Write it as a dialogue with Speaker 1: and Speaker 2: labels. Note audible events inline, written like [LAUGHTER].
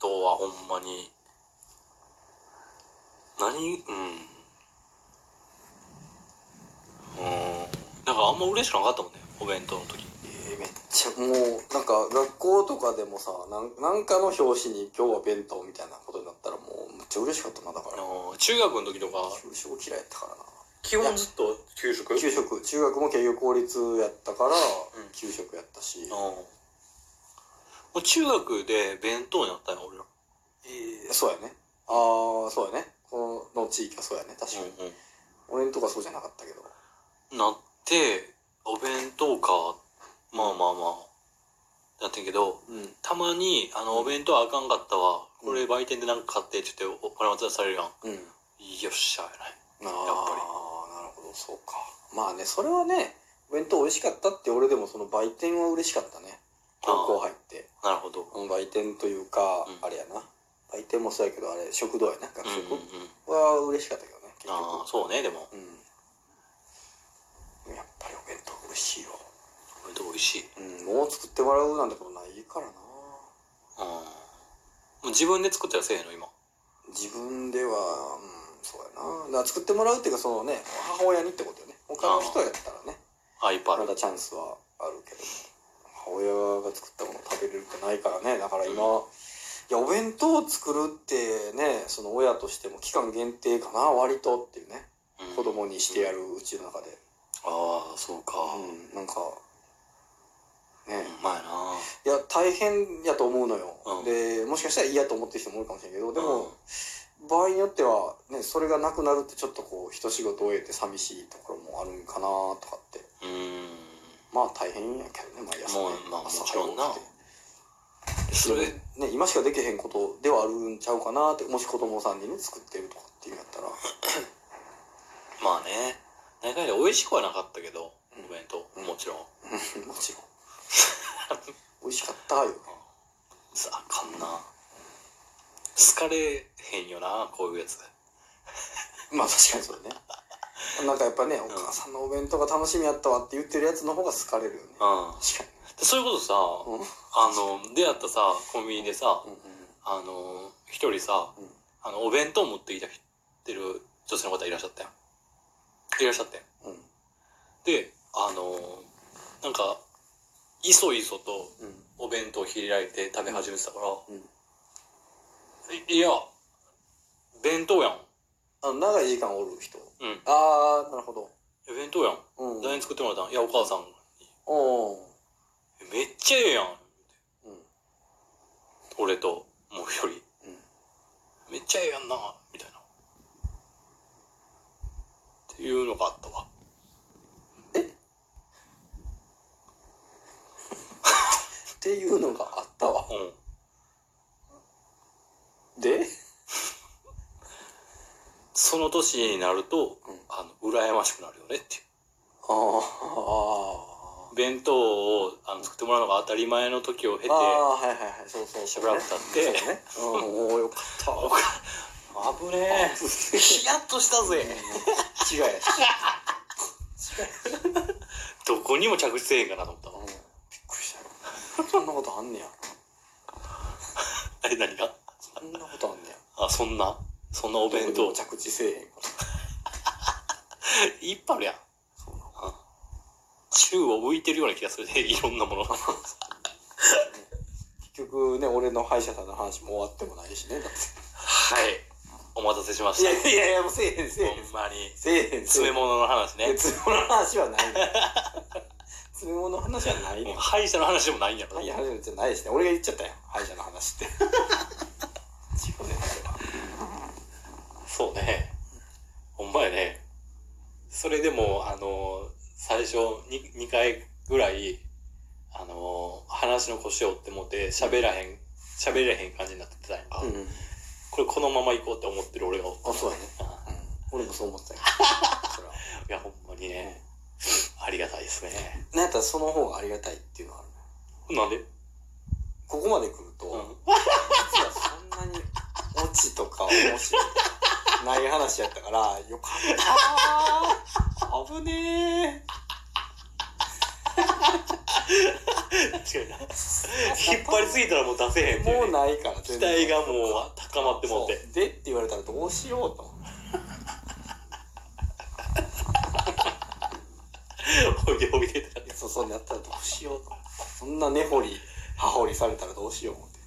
Speaker 1: とはほんまに何うんうんなんかあんま嬉しくなかったもんねお弁当の時
Speaker 2: えーめっちゃもうなんか学校とかでもさなんなんかの表紙に「今日は弁当」みたいなことになったらもうめっちゃ嬉しかったなだか
Speaker 1: あ
Speaker 2: ら
Speaker 1: の中学の時とか
Speaker 2: 給食嫌いやったからな
Speaker 1: 基本ずっと給食
Speaker 2: 給食中学も結局公立やったから
Speaker 1: うん
Speaker 2: 給食やったし、
Speaker 1: うんもう中学で弁当になったよ俺ら
Speaker 2: えーそうやねああそうやねこの地域はそうやね確かに、
Speaker 1: うんうん
Speaker 2: 俺んとこはそうじゃなかったけど
Speaker 1: なって、お弁当か、まあまあまあ、なってんけど、
Speaker 2: うん
Speaker 1: たまに、あの、お弁当あかんかったわ。
Speaker 2: うん
Speaker 1: これ売店でなんか買って、ちょっとお金渡されるやん。よ
Speaker 2: うん
Speaker 1: っしゃ、やない。
Speaker 2: あ
Speaker 1: ぱ
Speaker 2: あ
Speaker 1: り
Speaker 2: なるほどそうかまあねそれはねお弁当美味しかったって俺でもその売店は嬉しかったね高校入って
Speaker 1: なるほど。
Speaker 2: うん売店というか、
Speaker 1: うん
Speaker 2: あれやな売店もそうやけどあれ食堂やな学
Speaker 1: うんうん
Speaker 2: 食
Speaker 1: うん。
Speaker 2: は嬉しかったけどね結局
Speaker 1: ああ、そうね、でも。
Speaker 2: うんやっぱりお弁当美味しいよ、
Speaker 1: お弁当美味しい。うん。
Speaker 2: うん、もう作ってもらうなんてことないからな
Speaker 1: もう自分で作ったらせえへんの、今。
Speaker 2: 自分ではうんそうやなだから作ってもらうっていうかそのね母親にってことよね他の人やったらね
Speaker 1: iPad。
Speaker 2: まだチャンスはあるけど母親が作ったもの食べれるってないからねだから今、いやお弁当を作るってねその親としても期間限定かな割とっていうね
Speaker 1: うん
Speaker 2: 子供にしてやるうちの中で、
Speaker 1: ああ、そうか。
Speaker 2: うん、なんかね
Speaker 1: うまいない
Speaker 2: や大変やと思うのよ、
Speaker 1: うん
Speaker 2: でもしかしたら嫌と思ってる人も多いかもしれんけどで
Speaker 1: うん
Speaker 2: も、場合によってはねそれがなくなるってちょっとこう一仕事終えて寂しいところもあるんかなとかって
Speaker 1: うん。
Speaker 2: まあ大変やけどね毎朝ね
Speaker 1: もうまあ
Speaker 2: 朝
Speaker 1: もちろんな
Speaker 2: 早起きて
Speaker 1: それ
Speaker 2: でもね今しかできへんことではあるんちゃうかなってもし子供さんにね作ってるとかっていうんやったら
Speaker 1: まあね。何回か美味しくはなかったけど、
Speaker 2: うん
Speaker 1: お弁当、
Speaker 2: うん
Speaker 1: もちろん。
Speaker 2: うんもちろん美味しかったよ
Speaker 1: さあかんな好かれへんよなこういうやつ
Speaker 2: まあ確かにそうだねなんかやっぱね、お母さんのお弁当が楽しみやったわって言ってるやつの方が好かれるよね
Speaker 1: う
Speaker 2: 確
Speaker 1: ん
Speaker 2: か
Speaker 1: でそれこそさ
Speaker 2: にう
Speaker 1: あ
Speaker 2: ん
Speaker 1: の出会ったさコンビニでさ
Speaker 2: うん
Speaker 1: あの一人さ
Speaker 2: うん
Speaker 1: あのお弁当持ってきた人ってる女性の方いらっしゃったよいらっしゃったよ
Speaker 2: うん
Speaker 1: であのなんかいそいそと
Speaker 2: うん
Speaker 1: お弁当開いて食べ始めてたから
Speaker 2: うん
Speaker 1: 「いいや弁当やん
Speaker 2: あの長い時間おる人
Speaker 1: うん
Speaker 2: ああなるほど
Speaker 1: え弁当やん
Speaker 2: うん
Speaker 1: 誰に作ってもらったんいやお母さんに
Speaker 2: おー
Speaker 1: えめっちゃええやん
Speaker 2: うんうん
Speaker 1: 俺ともう一人めっちゃええやんなみたいなっていうのがあったわ
Speaker 2: っていうのがあったわ
Speaker 1: うん
Speaker 2: で
Speaker 1: その年になると、
Speaker 2: うん
Speaker 1: あの羨ましくなるよねってい
Speaker 2: ああ
Speaker 1: う弁当をあの作ってもらうのが当たり前の時を経て
Speaker 2: ああはいはいはいそうそう
Speaker 1: し
Speaker 2: そ
Speaker 1: ば
Speaker 2: う
Speaker 1: らく経って、
Speaker 2: そうねうんおーよかった
Speaker 1: おかあぶねえヒヤッとしたぜ
Speaker 2: 違いやし
Speaker 1: どこにも着地せえへんかなと思った
Speaker 2: うん
Speaker 1: わ
Speaker 2: びっくりしたよそんなことあんねや
Speaker 1: え何が
Speaker 2: そんなことあんねや
Speaker 1: あそんなそんなお弁
Speaker 2: どこ
Speaker 1: 当
Speaker 2: にも着地せえへんから
Speaker 1: いっぱいあるやん
Speaker 2: そうなの
Speaker 1: 宙を浮いてるような気がするで [LAUGHS] いろんなものが
Speaker 2: 結局ね俺の歯医者さんの話も終わってもないしねだって
Speaker 1: はい。お待たせしまし
Speaker 2: い
Speaker 1: た。
Speaker 2: やいやいやもうせえへんせえへん
Speaker 1: ほんまに。
Speaker 2: せえへんせえ
Speaker 1: 詰
Speaker 2: へ
Speaker 1: め
Speaker 2: ん
Speaker 1: 物の話ね
Speaker 2: いや。詰め物の話はないね詰め物の話はない
Speaker 1: もう
Speaker 2: ね
Speaker 1: 歯医者の話でもないんやろ。
Speaker 2: 歯医者の話じゃないですね俺が言っちゃったよ歯医者の話
Speaker 1: [LAUGHS]
Speaker 2: って自分で言ったわ
Speaker 1: そうね。ほんまやね。それでも、あの、最初に2回ぐらい、あの、話の腰を折ってもって、喋らへん、喋れへん感じになってたやんか。
Speaker 2: うん
Speaker 1: これこのまま行こうって思ってる俺がおった
Speaker 2: あそうやね
Speaker 1: あ
Speaker 2: 俺もそう思ったよそれはい
Speaker 1: や、ほんまにね、ありがたいですね。
Speaker 2: なんやったらその方がありがたいっていうのはあるね
Speaker 1: なんで
Speaker 2: ここまで来ると、
Speaker 1: うん。
Speaker 2: 実はそんなにオチとか面白くない話やったからよかったあぶねえ
Speaker 1: 確かにな。引っ張りすぎたらもう出せへんっていうね、
Speaker 2: もうないから
Speaker 1: 期待がもう高まってもって。
Speaker 2: そうでって言われたらどうしようと
Speaker 1: [LAUGHS] おいでおいでってなって
Speaker 2: そうそうなったらどうしようとそんな根掘り葉掘りされたらどうしよう思って